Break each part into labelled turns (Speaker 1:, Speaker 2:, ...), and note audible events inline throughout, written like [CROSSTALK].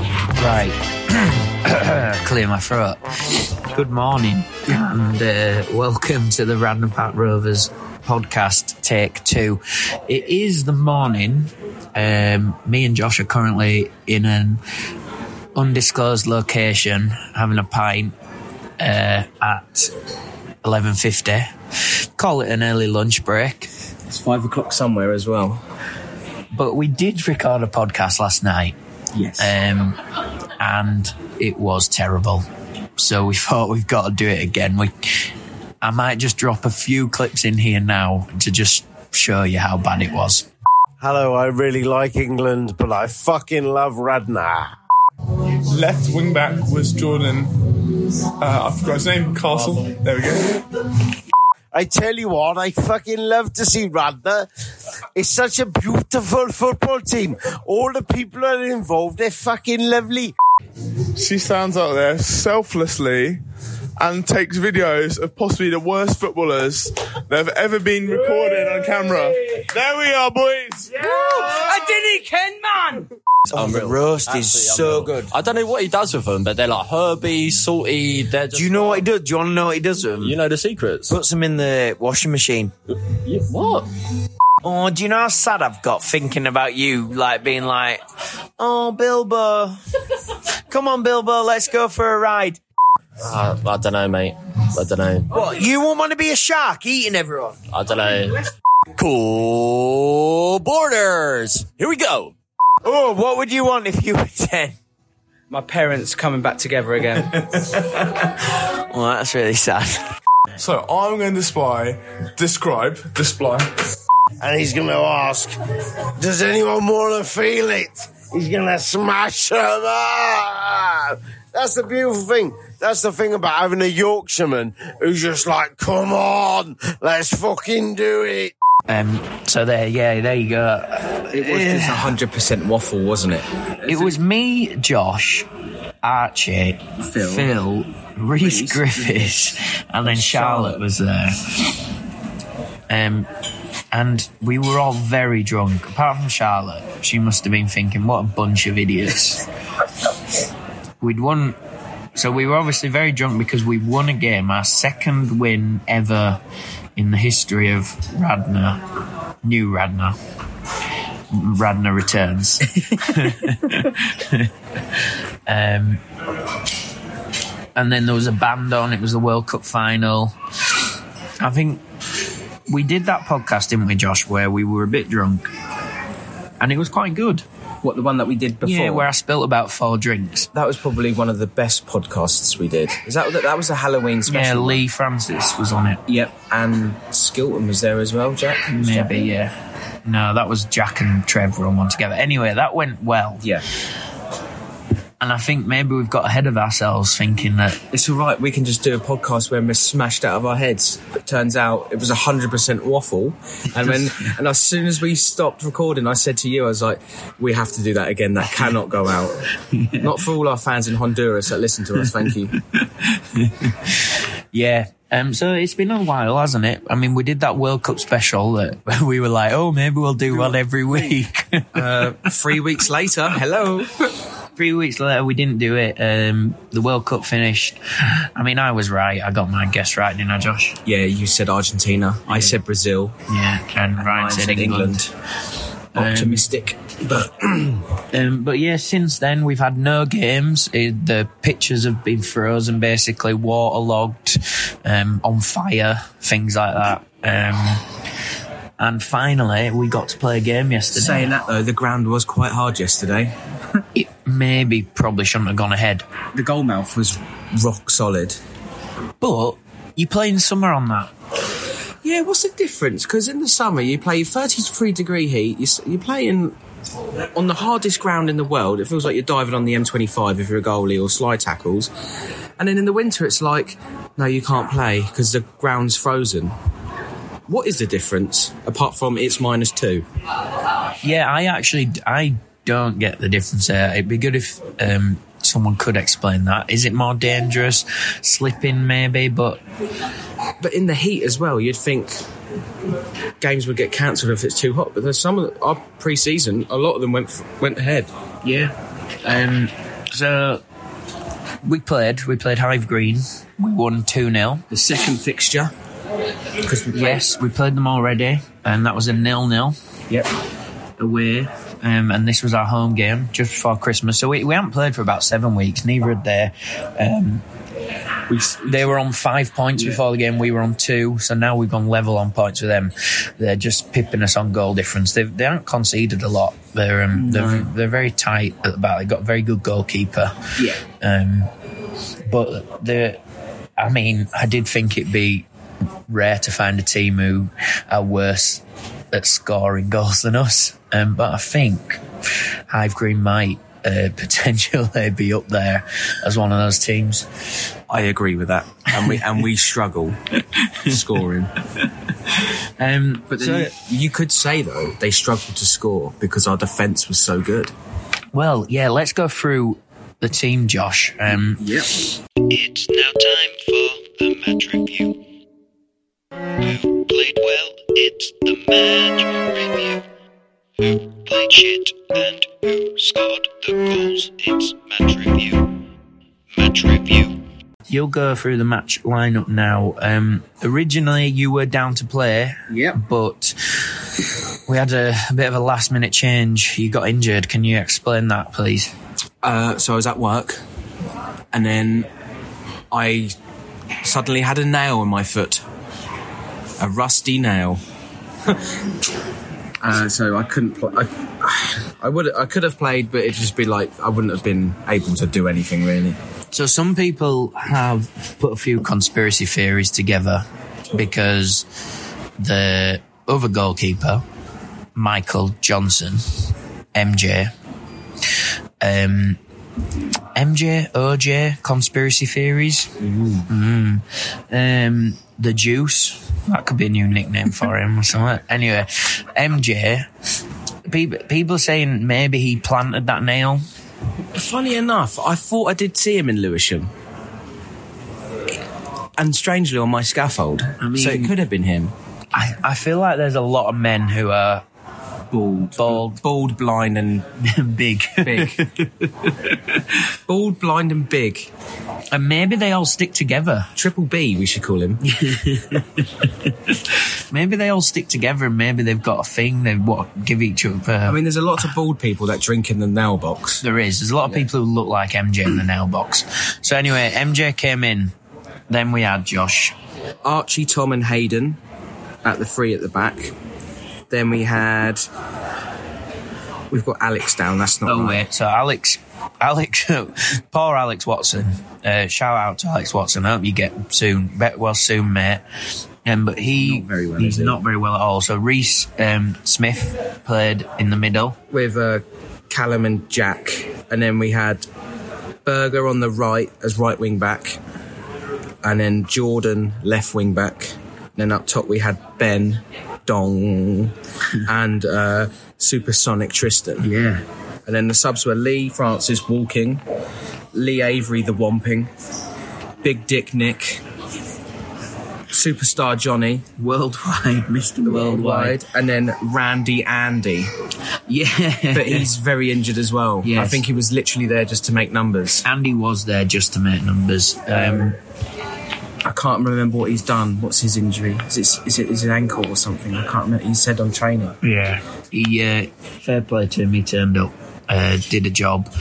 Speaker 1: right. [COUGHS] Clear my throat. Good morning and uh, welcome to the Random Pack Rovers podcast, take two. It is the morning. Um, me and Josh are currently in an undisclosed location having a pint uh, at 11.50. Call it an early lunch break.
Speaker 2: It's five o'clock somewhere as well.
Speaker 1: But we did record a podcast last night.
Speaker 2: Yes.
Speaker 1: um, and it was terrible. So we [LAUGHS] thought we've got to do it again. We, I might just drop a few clips in here now to just show you how bad it was.
Speaker 3: Hello, I really like England, but I fucking love Radna.
Speaker 4: left wing back was Jordan. Uh, I forgot his name. Castle. There we go.
Speaker 3: I tell you what, I fucking love to see Radna. It's such a beautiful football team. All the people that are involved, they're fucking lovely.
Speaker 4: She stands out there selflessly and takes videos of possibly the worst footballers that have ever been recorded on camera. There we are, boys.
Speaker 5: Unreal.
Speaker 6: roast
Speaker 5: Absolutely
Speaker 6: is so
Speaker 5: unreal.
Speaker 6: good.
Speaker 5: I don't know what he does with them, but they're like herby, salty. They're just,
Speaker 6: Do you know what he does? Do you want to know what he does with them?
Speaker 5: You know the secrets.
Speaker 6: Puts them in the washing machine.
Speaker 5: What?
Speaker 6: Oh, do you know how sad I've got thinking about you, like being like, oh, Bilbo, come on, Bilbo, let's go for a ride.
Speaker 5: Uh, I don't know, mate. I don't know.
Speaker 6: What, you won't want to be a shark eating everyone?
Speaker 5: I don't know. Cool borders. Here we go.
Speaker 6: Oh, what would you want if you were [LAUGHS] 10?
Speaker 2: My parents coming back together
Speaker 6: [LAUGHS]
Speaker 2: again.
Speaker 6: Well, that's really sad.
Speaker 4: So I'm going to spy, describe, display.
Speaker 3: And he's gonna ask, does anyone wanna feel it? He's gonna smash them up. That's the beautiful thing. That's the thing about having a Yorkshireman who's just like, come on, let's fucking do it.
Speaker 1: Um, so there, yeah, there you go.
Speaker 2: it was just hundred percent waffle, wasn't it?
Speaker 1: It was me, Josh, Archie, Phil, Reese Griffiths, and then Charlotte was there. Um, and we were all very drunk, apart from Charlotte. She must have been thinking, what a bunch of [LAUGHS] idiots. We'd won. So we were obviously very drunk because we won a game, our second win ever in the history of Radna, new Radna. Radna returns. Um, and then there was a band on. It was the World Cup final. I think we did that podcast, didn't we, Josh? Where we were a bit drunk, and it was quite good.
Speaker 2: What the one that we did before?
Speaker 1: Yeah, where I spilt about four drinks.
Speaker 2: that was probably one of the best podcasts we did. Is that that was a Halloween
Speaker 1: Yeah,
Speaker 2: special?
Speaker 1: Lee Francis was on it.
Speaker 2: Yep, and Skilton was there as well. Jack, Was Jack
Speaker 1: Maybe,
Speaker 2: there?
Speaker 1: yeah. No, that was Jack and Trev were on one together. Anyway, that went well.
Speaker 2: Yeah,
Speaker 1: And I think maybe we've got ahead of ourselves thinking that
Speaker 2: it's all right. We can just do a podcast when we're smashed out of our heads. But turns out it was hundred percent waffle. And [LAUGHS] when and as soon as we stopped recording, I said to you, I was like, "We have to do that again. That cannot go [LAUGHS] out." Not for all our fans in Honduras that listen to us. Thank you.
Speaker 1: Yeah. Um, so it's been a while, hasn't it? I mean, we did that World Cup special that [LAUGHS] we were like, oh, maybe we'll do one every week.
Speaker 2: Uh, three weeks later, hello.
Speaker 1: Three weeks later, we didn't do it. Um, the World Cup finished. I mean, I was right. I got my guess right, didn't I, Josh?
Speaker 2: Yeah, you said Argentina. I said Brazil.
Speaker 1: Yeah. And Ryan
Speaker 2: I
Speaker 1: said England.
Speaker 2: Um, Optimistic, but
Speaker 1: Um, but yeah, since then we've had no games. Eh, the pictures have been frozen, basically waterlogged, um, on fire, things like that. Um, and finally, we got to play a game yesterday.
Speaker 2: saying that though, the ground was quite hard yesterday.
Speaker 1: it maybe probably shouldn't have gone ahead.
Speaker 2: The goal mouth was rock solid.
Speaker 1: But you're playing summer on that.
Speaker 2: Yeah, what's the difference? Because in the summer you play 33 degree heat. You, s- you play in on the hardest ground in the world. It feels like you're diving on the M25 if you're a goalie or slide tackles. And then in the winter it's like, no, you can't play because the ground's frozen. What is the difference apart from it's minus two?
Speaker 1: Yeah, I actually I don't get the difference there. It'd be good if um, someone could explain that. Is it more dangerous slipping maybe? But
Speaker 2: but in the heat as well, you'd think games would get cancelled if it's too hot. But there's some of the- our pre-season, a lot of them went f- went ahead.
Speaker 1: yeah, um, So we played. We played Hive Green. We won 2 0.
Speaker 2: The second fixture. Because we played-
Speaker 1: Yes, we played them already, and that was a nil nil
Speaker 2: Yep.
Speaker 1: away. Um, and this was our home game just before Christmas. So we, we haven't played for about seven weeks. Neither had they. Um,
Speaker 2: We, s-
Speaker 1: they were on five points before the game. We were on two. So now we've gone level on points with them. They're just pipping us on goal difference. They've, they haven't conceded a lot. They're, um, they're, they're very tight at the back. They've got a very good goalkeeper.
Speaker 2: yeah.
Speaker 1: Um, but the, I mean, I did think it'd be rare to find a team who are worse at scoring [LAUGHS] goals than us. Um, but I think Hive Green might uh, [LAUGHS] potentially be up there as one of those teams.
Speaker 2: I agree with that. And we and we [LAUGHS] struggle scoring.
Speaker 1: Um,
Speaker 2: But
Speaker 1: so-
Speaker 2: then you, you could say though they struggled to score because our defence was so good.
Speaker 1: well, yeah, let's go through the team, Josh. Um,
Speaker 2: Yep.
Speaker 7: It's now time for the match review. Who played well? It's the match review. Who played shit and who scored the goals? It's match review. Match review.
Speaker 1: You'll go through the match lineup now. Um, originally, you were down to play.
Speaker 2: Yep.
Speaker 1: But we had a, a bit of a last minute change. You got injured. Can you explain that, please?
Speaker 2: Uh, so I was at work, and then I suddenly had a nail in my foot, a rusty nail. [LAUGHS] uh, so I couldn't. Pl- I, I would. I could have played, but it'd just be like I wouldn't have been able to do anything really.
Speaker 1: So, some people have put a few conspiracy theories together because the other goalkeeper, Michael Johnson, MJ, um, MJ, OJ, conspiracy theories. Mm. Um, the Juice. That could be a new nickname for him or something. Anyway, MJ. People, people saying maybe he planted that nail.
Speaker 2: Funny enough, I thought I did see him in Lewisham. And strangely, on my scaffold. so it
Speaker 1: mean-
Speaker 2: could have been him.
Speaker 1: I, I feel like there's a lot of men who are
Speaker 2: Bald.
Speaker 1: bald,
Speaker 2: Bald, blind, and
Speaker 1: big,
Speaker 2: big. Bald, blind, and big.
Speaker 1: [LAUGHS] and maybe they all stick together.
Speaker 2: Triple B, we should call him.
Speaker 1: Maybe they all stick together, and maybe they've got a thing they what give each other.
Speaker 2: I mean, there's a lot of bald people that drink in the nail
Speaker 1: [LAUGHS]
Speaker 2: box.
Speaker 1: There is. There's a lot of people who look like MJ in the nail box. So anyway, MJ came in. Then we had Josh.
Speaker 2: Archie, Tom, and Hayden at the three at the back. Then we had. We've got Alex down. That's not
Speaker 1: Oh
Speaker 2: right.
Speaker 1: wait, so Alex, Alex, [LAUGHS] poor Alex Watson. Uh, shout out to Alex Watson. I hope you get soon. Bet well soon, mate. Um, but he
Speaker 2: Not very well,
Speaker 1: he's
Speaker 2: is he?
Speaker 1: not very well at all. So Reese um, Smith played in the middle.
Speaker 2: with uh, Callum and Jack, and then we had Berger on the right as right wing back, and then Jordan left wing back. Then up top we had Ben
Speaker 1: [LAUGHS]
Speaker 2: Dong and uh, Supersonic Tristan,
Speaker 1: Yeah.
Speaker 2: and then the subs were Lee Francis Walking, Lee Avery the Wamping, Big Dick Nick. Superstar Johnny, [LAUGHS]
Speaker 1: Worldwide, Mr. Worldwide.
Speaker 2: and then Randy Andy
Speaker 1: Yeah.
Speaker 2: but he's very injured as well. I
Speaker 1: Yes.
Speaker 2: think he was literally there just to make numbers.
Speaker 1: [LAUGHS] Andy was there just to make numbers. Um,
Speaker 2: I can't remember what he's done. What's his injury? Is it is it is it ankle or something? I can't remember. He said on training.
Speaker 1: Yeah. He, uh, fair play to him, he turned up, uh, did a job.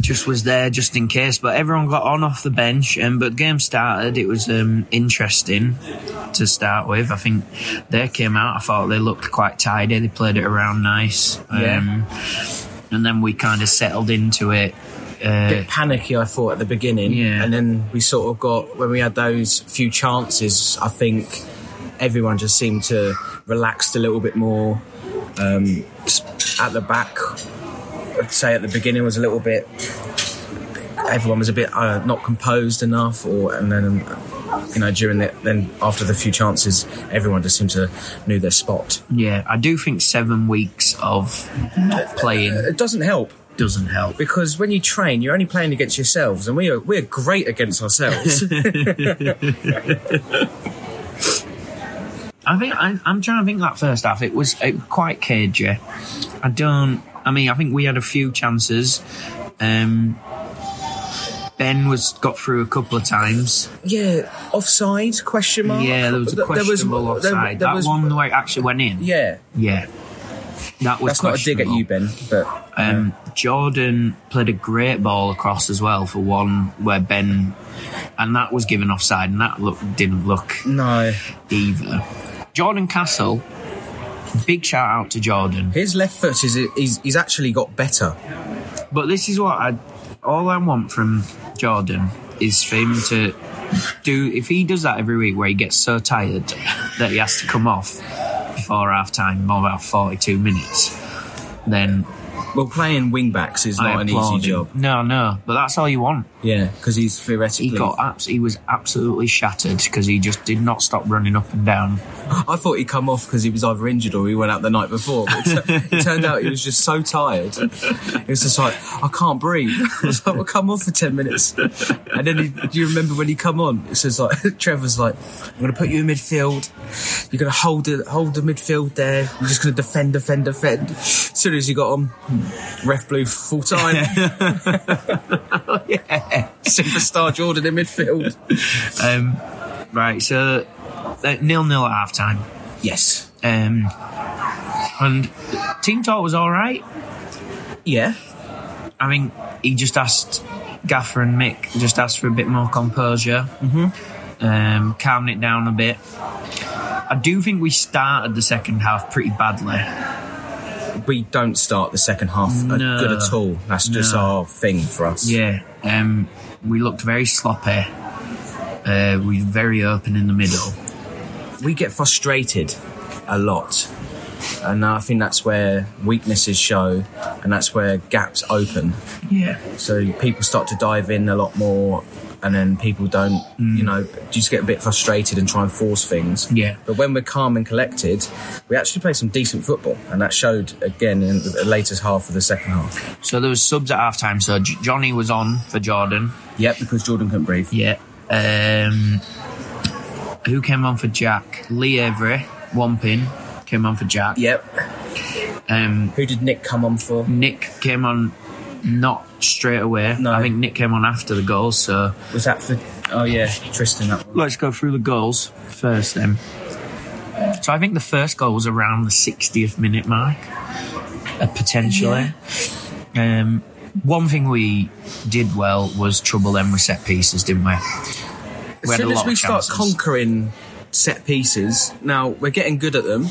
Speaker 1: Just was there just in case, but everyone got on off the bench. And but game started, it was um, interesting to start with. I think they came out. I thought they looked quite tidy. They played it around nice.
Speaker 2: Yeah.
Speaker 1: Um, and then we kind of settled into it. Uh,
Speaker 2: Bit panicky, I thought at the beginning,
Speaker 1: Yeah.
Speaker 2: and then we sort of got when we had those few chances. I think everyone just seemed to relaxed a little bit more. Um, s- at the back, I'd say at the beginning was a little bit. Everyone was a bit uh, not composed enough, or and then um, you know during the then after the few chances, everyone just seemed to knew their spot.
Speaker 1: yeah, I do think seven weeks of not playing
Speaker 2: It doesn't help
Speaker 1: doesn't help.
Speaker 2: because when you train, you're only playing against yourselves, and we are we're great against ourselves.
Speaker 1: I think I, I'm trying to think that first half. It was, it was quite cagey. I don't. I mean, I think we had a few chances. Um, ben was got through a couple of times.
Speaker 2: Yeah, offside? Question mark.
Speaker 1: Yeah, there was a
Speaker 2: Th-
Speaker 1: questionable
Speaker 2: there-
Speaker 1: offside.
Speaker 2: there
Speaker 1: that
Speaker 2: was-
Speaker 1: one where it actually went in.
Speaker 2: Yeah,
Speaker 1: Yeah. That was
Speaker 2: that's not a dig at
Speaker 1: questionable.
Speaker 2: you, Ben. But
Speaker 1: Um, Jordan played a great ball across as well for one where Ben, and that was given offside, and that look didn't look
Speaker 2: no,
Speaker 1: either. Jordan Castle, big shout out to Jordan.
Speaker 2: his left foot is he's, he's actually got better.
Speaker 1: But this is what I, all I want from Jordan is for him to do. If he does that every week, where he gets so tired that he has to come off before half time, more about forty-two minutes, then
Speaker 2: Well, playing wing backs is
Speaker 1: I
Speaker 2: not an
Speaker 1: applaud
Speaker 2: easy
Speaker 1: him.
Speaker 2: job.
Speaker 1: No, no, but that's all you want.
Speaker 2: Yeah, because he's theoretically.
Speaker 1: He got abs- he was absolutely shattered because he just did not stop running up and down.
Speaker 2: I thought he'd come off because he was either injured or he went out the night before. But it, tu- it turned out he was just so tired. He was just like, I can't breathe. [LAUGHS] I was like, well, come on for 10 minutes. And then he, do you remember when he come on? It says like, [LAUGHS] Trevor's like, I'm going to put you in midfield. You're going to hold the, hold the midfield there. You're just going to defend, defend, defend. As soon as he got on, ref blew full time. [LAUGHS] Superstar Jordan in midfield.
Speaker 1: Um, right, so uh, nil nil at half time.
Speaker 2: Yes.
Speaker 1: Um, and team talk was all right.
Speaker 2: Yeah.
Speaker 1: I mean, he just asked Gaffer and Mick just asked for a bit more composure, mm-hmm. um, calming it down a bit. I do think we started the second half pretty badly.
Speaker 2: we don't start the second half a-
Speaker 1: No.
Speaker 2: good at all. That's just
Speaker 1: No.
Speaker 2: our thing for us.
Speaker 1: Yeah, um, we looked very sloppy. Uh, we were very open in the middle.
Speaker 2: We get frustrated a lot. And I think that's where weaknesses show and that's where gaps open.
Speaker 1: Yeah.
Speaker 2: So people start to dive in a lot more and then people don't, you know, just get a bit frustrated and try and force things.
Speaker 1: Yeah.
Speaker 2: But when we're calm and collected, we actually play some decent football. And that showed again in the latest half of the second half.
Speaker 1: So there was subs at halftime. So J- Johnny was on for Jordan.
Speaker 2: Yep, because Jordan couldn't breathe.
Speaker 1: Yeah. Um, who came on for Jack? Lee Avery, one pin, came on for Jack.
Speaker 2: Yep.
Speaker 1: Um,
Speaker 2: Who did Nick come on for?
Speaker 1: Nick came on not straight away.
Speaker 2: No.
Speaker 1: I think Nick came on after the goals. So
Speaker 2: Was that for? Oh yeah, Tristan. That one.
Speaker 1: let's go through the goals first then. So I think the first goal was around the 60th minute mark, uh, potentially. Um, one thing we did well was trouble them with set pieces, didn't we?
Speaker 2: As
Speaker 1: had a
Speaker 2: soon as
Speaker 1: lot
Speaker 2: we
Speaker 1: of
Speaker 2: start
Speaker 1: chances.
Speaker 2: conquering set pieces, now we're getting good at them.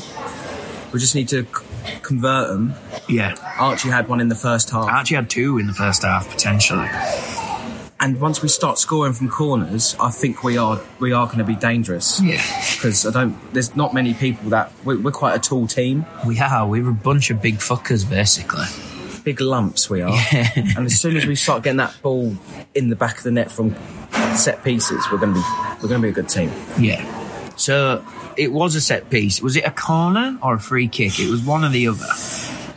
Speaker 2: We just need to c- convert them.
Speaker 1: Yeah.
Speaker 2: Archie had one in the first half,
Speaker 1: I actually had two in the first half, potentially.
Speaker 2: and once we start scoring from corners, I think we are we are going to be dangerous.
Speaker 1: Yeah.
Speaker 2: Because I don't. There's not many people that we're, we're quite a tall team,
Speaker 1: We are. We were a bunch of big fuckers, basically.
Speaker 2: big lumps we are. and as soon as we start getting that ball in the back of the net from set pieces, we're going to be we're going to be a good team.
Speaker 1: Yeah. So it was a set piece. Was it a corner or a free kick? It was one or the other.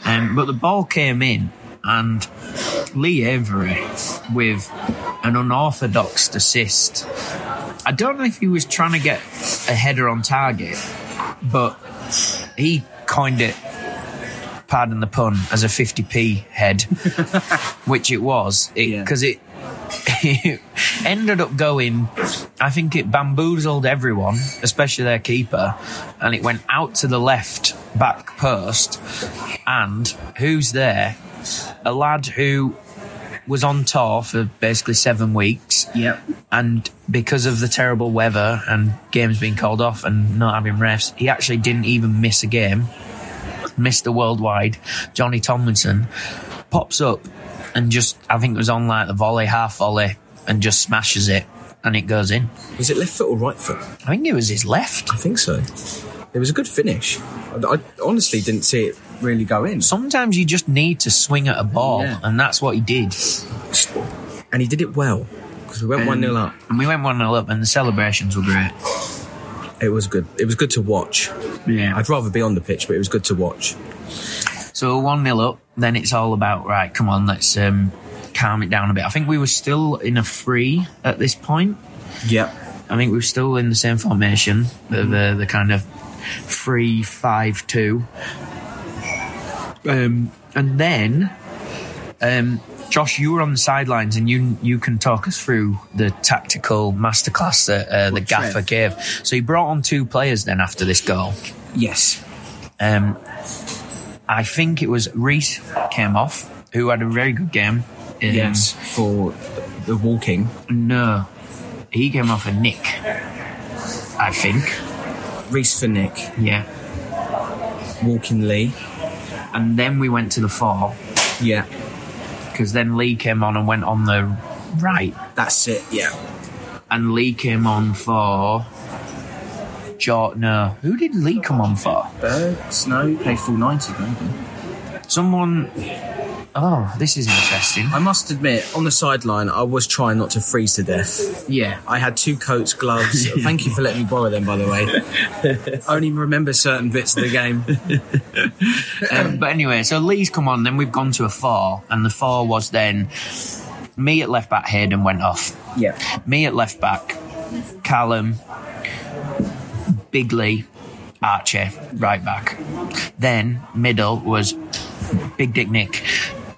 Speaker 1: Um, but the ball came in, and Lee Avery with an unorthodox assist. I don't know if he was trying to get a header on target, but he coined it, pardon the pun, as a 50p head, which it was.
Speaker 2: Yeah.
Speaker 1: Because it it ended up going. I think it bamboozled everyone, especially their keeper, and it went out to the left back post. And who's there? A lad who was on tour for basically seven weeks.
Speaker 2: Yep.
Speaker 1: And because of the terrible weather and games being called off and not having refs, he actually didn't even miss a game. Mr. Worldwide, Johnny Tomlinson, pops up and just, I think it was on like the volley, half volley, and just smashes it and it goes in.
Speaker 2: Was it left foot or right foot?
Speaker 1: I think it was his left.
Speaker 2: I think so. It was a good finish. I, I honestly didn't see it really go in.
Speaker 1: Sometimes you just need to swing at a ball,
Speaker 2: Yeah.
Speaker 1: and that's what he did.
Speaker 2: And he did it well because we went 1 0 up.
Speaker 1: And we went 1 0 up, and the celebrations were great.
Speaker 2: It was good. It was good to watch.
Speaker 1: Yeah.
Speaker 2: I'd rather be on the pitch, but it was good to watch.
Speaker 1: So one 0 up, then it's all about right. Come on, let's um, calm it down a bit. I think we were still in a free at this point.
Speaker 2: Yep.
Speaker 1: I think we were still in the same formation, the the, the kind of three five two. Um, and then um, Josh, you were on the sidelines, and you you can talk us through the tactical masterclass that uh, the gaffer gave. So he brought on two players then after this goal.
Speaker 2: Yes.
Speaker 1: Um, I think it was Reese came off, who had a very good game. Um,
Speaker 2: Yes. For the walking.
Speaker 1: No, he came off a Nick. I think.
Speaker 2: Reese for Nick.
Speaker 1: Yeah.
Speaker 2: Walking Lee.
Speaker 1: And then we went to the four
Speaker 2: Yeah.
Speaker 1: because then Lee came on and went on the right,
Speaker 2: That's it. Yeah.
Speaker 1: and Lee came on for. Jor- no, who did Lee come on for?
Speaker 8: Bergs? No, he played full 90, maybe.
Speaker 1: Someone. Oh, this is interesting.
Speaker 2: I must admit, on the sideline, I was trying not to freeze to death.
Speaker 1: Yeah.
Speaker 2: I had two coats, [LAUGHS] gloves. Thank you for letting me borrow them, by the way. [LAUGHS] I only remember certain bits of the game.
Speaker 1: Um, [CLEARS THROAT] but anyway, so Lee's come on, then we've gone to a four, and the four was then me at left back, Hayden went off.
Speaker 2: Yeah.
Speaker 1: Me at left back, Callum, Big Lee, Archie, right back. Then middle was Big Dick Nick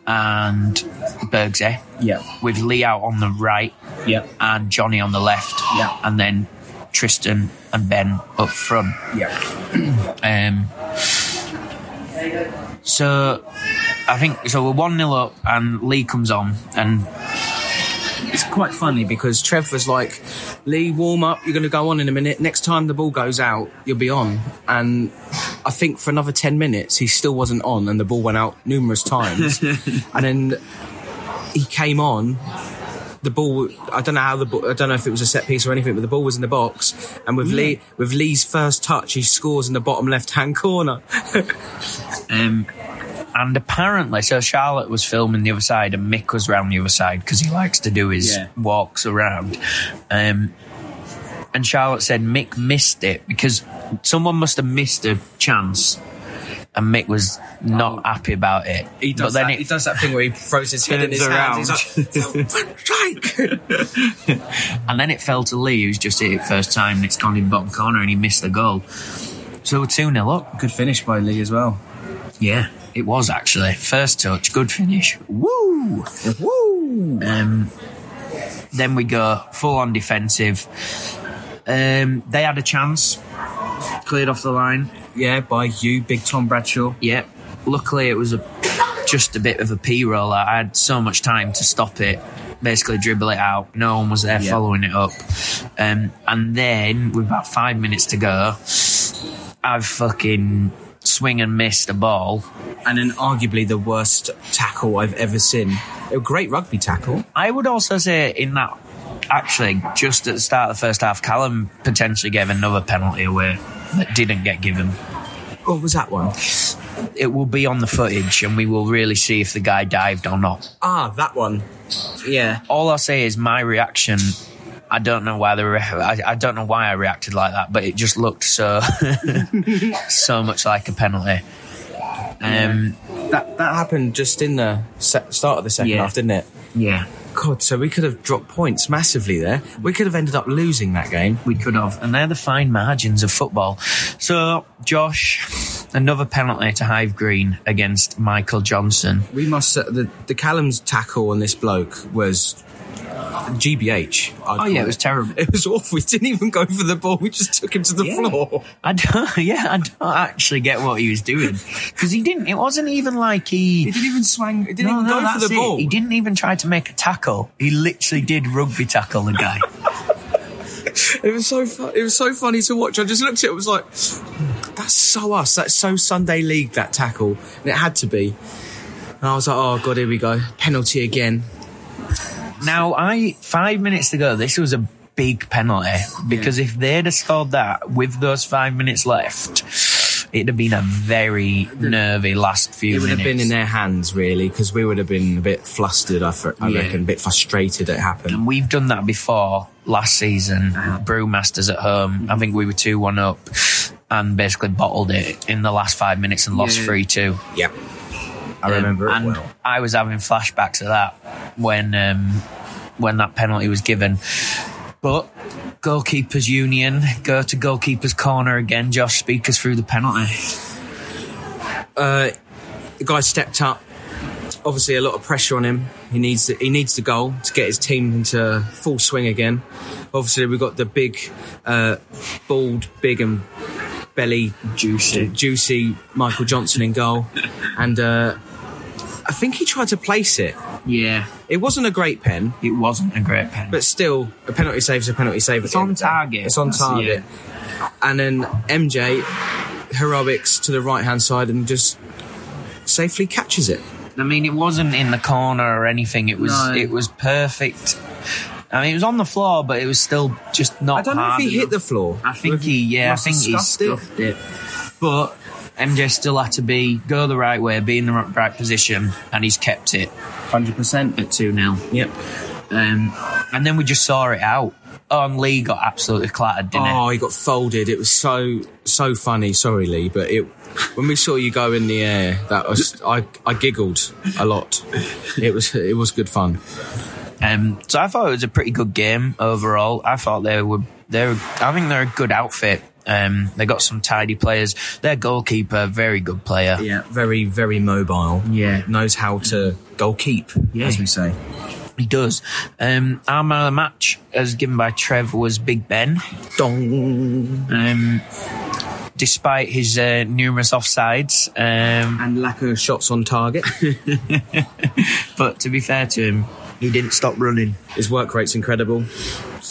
Speaker 1: and Bergsey,
Speaker 2: Yeah.
Speaker 1: with Lee out on the right
Speaker 2: Yeah.
Speaker 1: and Johnny on the left,
Speaker 2: Yeah.
Speaker 1: and then Tristan and Ben up front.
Speaker 2: Yeah.
Speaker 1: Um, so I think so. We're one 0 up, and Lee comes on, and
Speaker 2: It's quite funny because Trev was like, Lee, warm up. You're going to go on in a minute. Next time the ball goes out, you'll be on. And I think for another 10 minutes, he still wasn't on and the ball went out numerous
Speaker 1: [LAUGHS]
Speaker 2: times. and then he came on. The ball. I don't know how the. Ball, I don't know if it was a set piece or anything, but the ball was in the box, and with Lee, with Lee's first touch, he scores in the bottom left-hand corner.
Speaker 1: um, and apparently, so Charlotte was filming the other side, and Mick was round the other side because he likes to do his
Speaker 8: Yeah.
Speaker 1: walks around. Um, and Charlotte said Mick missed it because someone must have missed a chance. And Mick was not happy about it.
Speaker 2: Oh. He does,
Speaker 1: but then
Speaker 2: that,
Speaker 1: it
Speaker 2: he does that thing where he throws his head in
Speaker 1: Turns
Speaker 2: his hands.
Speaker 1: around.
Speaker 2: He's like, "Strike!"
Speaker 1: And then it fell to Lee, who's just hit it first time, and it's gone in bottom corner, and he missed the goal. So 2 0 up.
Speaker 8: Good finish by Lee as well.
Speaker 1: Yeah, it was actually. First touch, good finish. Woo! Woo! Um, then we go full on defensive. Um, they had a chance, cleared off the line.
Speaker 8: Yeah, by you, Big Tom Bradshaw.
Speaker 1: Yeah, luckily it was a, just a bit of a P roll. I had so much time to stop it, basically dribble it out. No one was there following it up. Um, and then, with about five minutes to go, I've fucking swing and missed a ball.
Speaker 2: and then arguably the worst tackle I've ever seen. A great rugby tackle.
Speaker 1: I would also say in that, actually, just at the start of the first half, Callum potentially gave another penalty away that didn't get given.
Speaker 2: What was that one?
Speaker 1: It will be on the footage, and we will really see if the guy dived or not.
Speaker 2: Ah, that one. Yeah.
Speaker 1: all I'll say is my reaction. I don't know why the re- I, I don't know why I reacted like that, but it just looked so [LAUGHS] so much like a penalty. Um,
Speaker 2: That that happened just in the se- start of the second
Speaker 1: Yeah.
Speaker 2: half, didn't it?
Speaker 1: yeah,
Speaker 2: God, so we could have dropped points massively there. We could have ended up losing that game.
Speaker 1: we could have, and they're the fine margins of football. So, Josh, another penalty to Hive Green against Michael Johnson.
Speaker 2: We must. Uh, the the Callum's tackle on this bloke was GBH. I'd
Speaker 1: Oh yeah,
Speaker 2: call
Speaker 1: it was terrible.
Speaker 2: It was awful. We didn't even go for the ball. We just took him to the floor.
Speaker 1: I don't, [LAUGHS] yeah, I don't actually get what he was doing because he didn't. It wasn't even like
Speaker 2: He didn't even swang. He didn't
Speaker 1: No,
Speaker 2: even
Speaker 1: no,
Speaker 2: go for
Speaker 1: that's
Speaker 2: the
Speaker 1: it.
Speaker 2: ball.
Speaker 1: He didn't even try to make a tackle. He literally did rugby tackle the guy.
Speaker 2: It was so fu- it was so funny to watch. I just looked at it. I was like, "That's so us. That's so Sunday League that tackle." And it had to be. And I was like, "Oh god, here we go. Penalty again."
Speaker 1: now, I five minutes to go. This was a big penalty because if they'd have scored that with those five minutes left, it'd have been a very nervy last few
Speaker 2: It would
Speaker 1: minutes.
Speaker 2: have been in their hands, really, because we would have been a bit flustered. I, fr- I
Speaker 1: Yeah. Um,
Speaker 2: reckon, a bit frustrated it happened.
Speaker 1: And we've done that before last season.
Speaker 2: Uh-huh.
Speaker 1: Brewmasters at
Speaker 2: Mm-hmm.
Speaker 1: home. I think we were two one up. And basically bottled it in the last five minutes and lost three two.
Speaker 2: Yeah, I remember
Speaker 1: and
Speaker 2: it well.
Speaker 1: I was having flashbacks of that when um, when that penalty was given. But goalkeepers union go to goalkeepers corner again. Josh, speak us through the penalty.
Speaker 2: Uh, the guy stepped up. obviously a lot of pressure on him. He needs he needs the goal to get his team into full swing again. Obviously, we've got the big, uh, bald, big and belly juicy, juicy Michael Johnson in goal, and uh, I think he tried to place it.
Speaker 1: Yeah,
Speaker 2: It wasn't a great pen,
Speaker 1: it wasn't a great pen.
Speaker 2: but still, a penalty save is a penalty save.
Speaker 1: it's on target.
Speaker 2: It's on
Speaker 1: That's- yeah.
Speaker 2: target. And then MJ heroics to the right hand side and just safely catches it.
Speaker 1: I mean, it wasn't in the corner or anything. It was
Speaker 8: No.
Speaker 1: it was perfect. I mean, it was on the floor, but it was still just not.
Speaker 2: I don't know if
Speaker 1: hard
Speaker 2: he hit
Speaker 1: enough.
Speaker 2: the floor.
Speaker 1: I think he, yeah, I
Speaker 2: Must have
Speaker 1: think he
Speaker 2: scuffed it.
Speaker 1: scuffed it. But MJ still had to be go the right way, be in the right position, and he's kept it
Speaker 8: 100%.
Speaker 1: at two 0
Speaker 2: Yep.
Speaker 1: Um, and then we just saw it out. Oh, and Lee got absolutely clattered, didn't
Speaker 2: Oh, he got folded. It was so so funny. Sorry, Lee, but it when we saw you go in the air, that was I I giggled a lot. It was it was good fun.
Speaker 1: it? Um, so I thought it was a pretty good game overall. I thought they were they were, I think they're a good outfit. Um, they got some tidy players. Their goalkeeper, very good player.
Speaker 2: Yeah, very very mobile.
Speaker 1: Yeah.
Speaker 2: knows how to goal keep, as we say.
Speaker 1: He does. Um, our man of the match, as given by Trev, was Big Ben.
Speaker 2: Dong.
Speaker 1: Um, despite his uh, numerous offsides, um,
Speaker 2: And lack of shots on target. [LAUGHS]
Speaker 1: but to be fair to him, he didn't stop running.
Speaker 2: His work rate's incredible.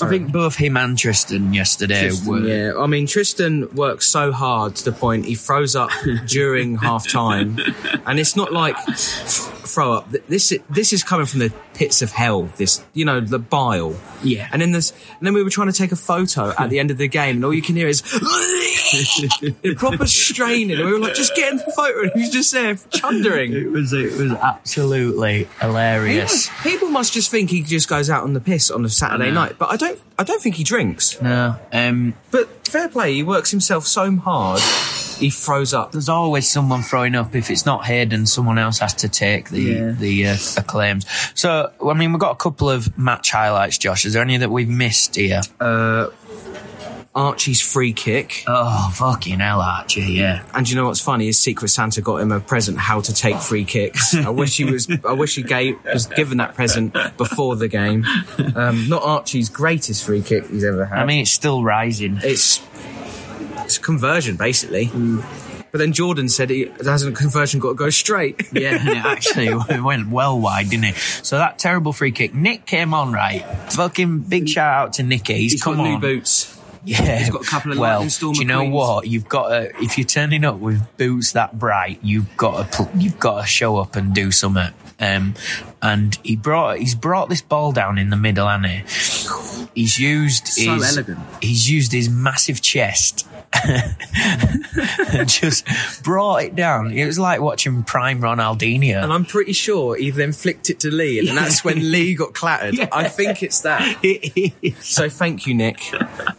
Speaker 1: I think both him and Tristan yesterday were.
Speaker 2: Yeah, I mean Tristan works so hard to the point he froze
Speaker 1: [LAUGHS]
Speaker 2: up during half time, and it's not like f- throw up. Th- This i- this is coming from the pits of hell. This you know the bile.
Speaker 1: Yeah.
Speaker 2: And then this, and then we were trying to take a photo at the end of the game, and all you can
Speaker 1: [LAUGHS]
Speaker 2: hear is [LAUGHS] the proper straining. And we were like, just get in the photo, and he was just there chundering.
Speaker 1: It was it was absolutely hilarious.
Speaker 2: People must just think he just goes out on the piss on a Saturday night, but I don't. I don't think he drinks.
Speaker 1: No, um,
Speaker 2: But fair play, he works himself so hard, he froze up.
Speaker 1: there's always someone throwing up. If it's not Hayden, someone else has to take the the uh, acclaims. So, I mean, we've got a couple of match highlights. Josh, is there any that we've missed here?
Speaker 2: Archie's free kick.
Speaker 1: Oh, fucking hell, Archie, yeah.
Speaker 2: And you know what's funny is Secret Santa got him a present how to take free kicks. I wish he was I wish he gave was given that present before the game. Um, not Archie's greatest free kick he's ever had.
Speaker 1: I mean, it's still [LAUGHS] rising.
Speaker 2: it's it's a conversion basically. But then Jordan said he hasn't conversion got to go straight.
Speaker 1: Yeah, and it actually [LAUGHS] it went well wide, didn't it? So that terrible free kick, Nick came on right. Fucking big shout out to Nicky. He's,
Speaker 2: [LAUGHS] He's
Speaker 1: come
Speaker 2: got
Speaker 1: on.
Speaker 2: new boots.
Speaker 1: Yeah,
Speaker 8: He's got a couple of
Speaker 1: well,
Speaker 8: lightning storm
Speaker 1: Do you know
Speaker 8: McQueens.
Speaker 1: what? You've got to if you're turning up with boots that bright, you've got to pl- you've got to show up and do something. Um, and he brought he's brought this ball down in the middle, and he he's used
Speaker 8: So
Speaker 1: his
Speaker 8: elegant.
Speaker 1: he's used his massive chest [LAUGHS] and just brought it down. It was like watching prime Ronaldinho.
Speaker 2: And I'm pretty sure he then flicked it to Lee, and that's
Speaker 1: [LAUGHS]
Speaker 2: when Lee got clattered. I think it's that. So thank you, Nick.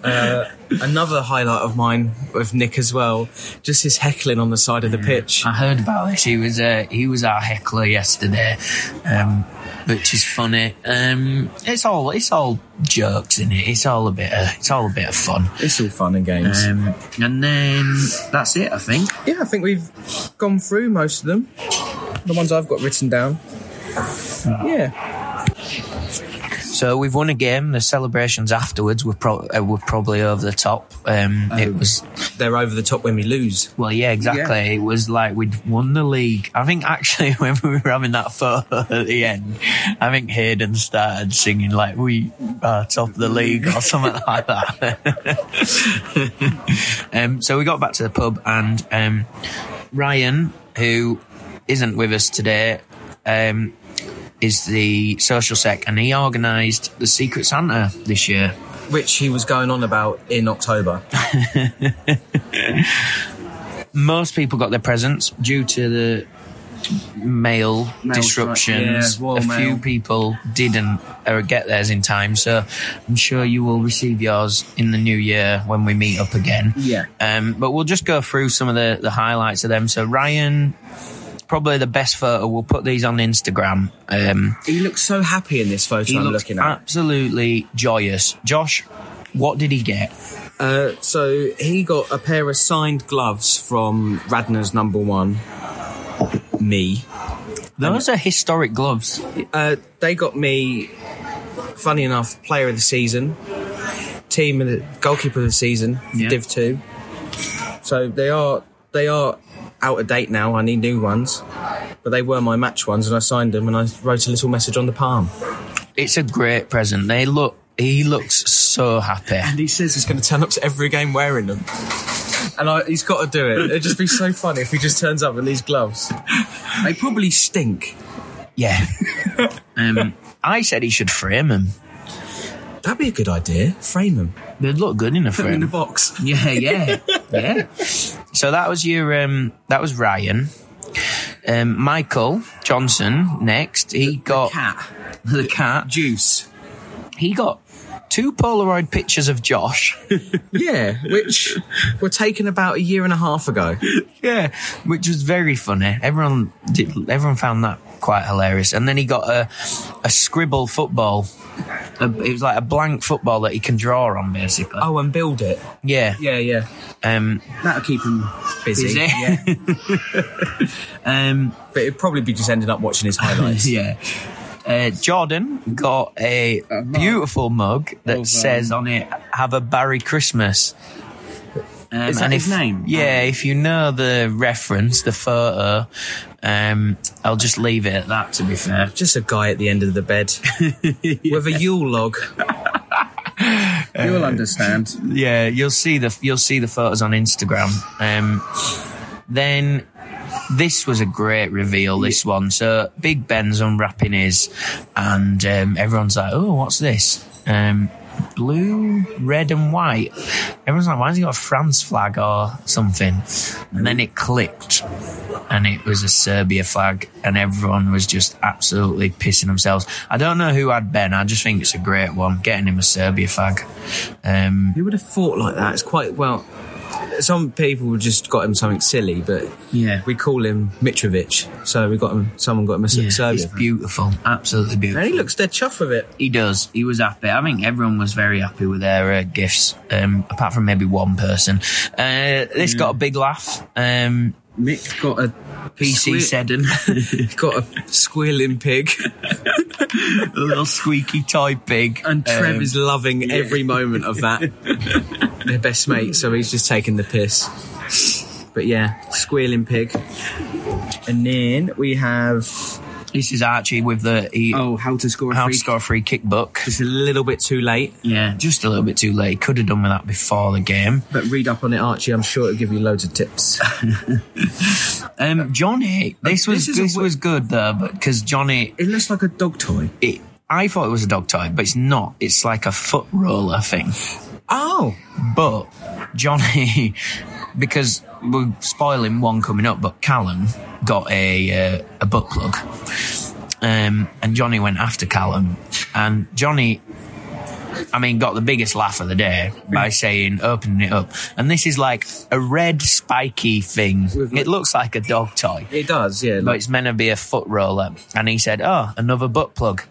Speaker 2: Uh, another highlight of mine with Nick as well, just his heckling on the side of the pitch.
Speaker 1: I heard about this. He was uh, he was our heckler yesterday, um, which is funny. Um, it's all it's all jokes in it. It's all a bit of, it's all a bit of fun.
Speaker 2: It's all fun and games.
Speaker 1: Um, and then that's it, I think.
Speaker 2: yeah, I think we've gone through most of them. The ones I've got written down. Yeah,
Speaker 1: So we've won a game. The celebrations afterwards were pro- uh, were probably over the top. Um, it was
Speaker 2: they're over the top when we lose.
Speaker 1: well, yeah, exactly. It was like we'd won the league. I think actually [LAUGHS] when we were having that photo [LAUGHS] at the end, I think Hayden started singing like we are top of the league or something [LAUGHS] like that. um, so we got back to the pub and um, Ryan, who isn't with us today, um, is the social sec and he organised the Secret Santa this year.
Speaker 2: Which he was going on about in October.
Speaker 1: most people got their presents due to the mail, disruptions.
Speaker 8: yeah, well,
Speaker 1: a few
Speaker 8: mail.
Speaker 1: people didn't or get theirs in time, so I'm sure you will receive yours in the new year when we meet up again.
Speaker 8: Yeah.
Speaker 1: Um, but we'll just go through some of the, the highlights of them. So Ryan, probably the best photo. We'll put these on Instagram. Um,
Speaker 2: He looks so happy in this photo
Speaker 1: he
Speaker 2: I'm
Speaker 1: looks
Speaker 2: looking at.
Speaker 1: absolutely joyous. Josh, what did he get?
Speaker 2: Uh, so he got a pair of signed gloves from Radner's number one, me,
Speaker 1: Those are historic gloves.
Speaker 2: Uh, they got me, funny enough, player of the season, team of the goalkeeper of the season,
Speaker 1: Yeah.
Speaker 2: Div Two. So they are they are out of date now. I need new ones, but they were my match ones, and I signed them, and I wrote a little message on the palm.
Speaker 1: It's a great present. They look. He looks so happy.
Speaker 2: And he says he's going to turn up to every game wearing them. And I, he's got to do it. It'd just be so funny if he just turns up in these gloves. They probably stink.
Speaker 1: Yeah. um, I said he should frame him.
Speaker 2: That'd be a good idea. Frame them.
Speaker 1: They'd look good in a
Speaker 2: Put them in a
Speaker 1: frame.
Speaker 2: box.
Speaker 1: Yeah, yeah, yeah. So that was your. Um, that was Ryan. Um, Michael Johnson next. He got
Speaker 8: Cat.
Speaker 1: the cat.
Speaker 8: Juice.
Speaker 1: He got two Polaroid pictures of Josh.
Speaker 2: Yeah, which were taken about a year and a half ago.
Speaker 1: [LAUGHS] Yeah, which was very funny. Everyone did, everyone found that quite hilarious. And then he got a a scribble football. A, it was like a blank football that he can draw on, basically.
Speaker 2: Oh, and build it.
Speaker 1: yeah.
Speaker 2: Yeah, yeah.
Speaker 1: Um,
Speaker 8: That'll keep him busy.
Speaker 1: is it?
Speaker 2: Yeah.
Speaker 1: [LAUGHS] um,
Speaker 2: But it'd probably be just ended up watching his highlights.
Speaker 1: yeah. Uh, Jordan got a um, beautiful mug that says on it, "Have a Barry Christmas." Um,
Speaker 8: Is that
Speaker 1: and Oh.
Speaker 8: his
Speaker 1: if-
Speaker 8: name?
Speaker 1: Yeah, if you know the reference, the photo, um, I'll just leave it at that. To be fair,
Speaker 2: Just a guy at the end of the bed with a Yule log.
Speaker 8: You'll understand.
Speaker 1: yeah, you'll see the you'll see the photos on Instagram. Um, then this was a great reveal. This one, so Big Ben's unwrapping his, and um, everyone's like, "Oh, what's this?" Um, blue, red, and white. Everyone's like, "Why's he got a France flag or something?" And then it clicked, and it was a Serbia flag, and everyone was just absolutely pissing themselves. I don't know who had Ben. I just think it's a great one, getting him a Serbia flag. Um,
Speaker 2: Who would have thought like that? It's quite, well, some people just got him something silly, but
Speaker 1: Yeah.
Speaker 2: we call him Mitrovic. So we got him, someone got him a
Speaker 1: Yeah,
Speaker 2: Serbia.
Speaker 1: it's beautiful, absolutely beautiful.
Speaker 2: And he looks dead chuffed with it.
Speaker 1: He does. He was happy. I think everyone was very happy with their uh, gifts, um, apart from maybe one person. Uh, this got a big laugh. Um,
Speaker 8: Mick got a
Speaker 1: PC Seddon,
Speaker 2: [LAUGHS] Got a squealing pig.
Speaker 1: a little squeaky toy pig,
Speaker 2: And Trev
Speaker 1: Um,
Speaker 2: is loving every moment of that. [LAUGHS] They're best mates, so he's just taking the piss. But yeah, squealing pig.
Speaker 8: And then we have
Speaker 1: This is Archie with the he,
Speaker 8: oh, how to score a
Speaker 1: how to
Speaker 8: free
Speaker 1: score a free kick book.
Speaker 2: Just a little bit too late,
Speaker 1: Yeah, just a little bit too late. Could have done with that before the game.
Speaker 2: but read up on it, Archie. I'm sure it'll give you loads of tips.
Speaker 1: Um, Johnny, this was
Speaker 8: is
Speaker 1: this,
Speaker 8: a w-
Speaker 1: was good though, but because Johnny,
Speaker 8: It looks like a dog toy.
Speaker 1: it, I thought it was a dog toy, but it's not. It's like a foot roller thing.
Speaker 2: oh,
Speaker 1: But Johnny, [LAUGHS] because we're spoiling one coming up, but Callum got a uh, a butt plug, um, and Johnny went after Callum, and Johnny. I mean, got the biggest laugh of the day by saying opening it up, and this is like a red spiky thing. It looks like a dog toy,
Speaker 2: it does, yeah.
Speaker 1: but
Speaker 2: Like,
Speaker 1: it's meant to be a foot roller. And he said, "Oh, another butt plug."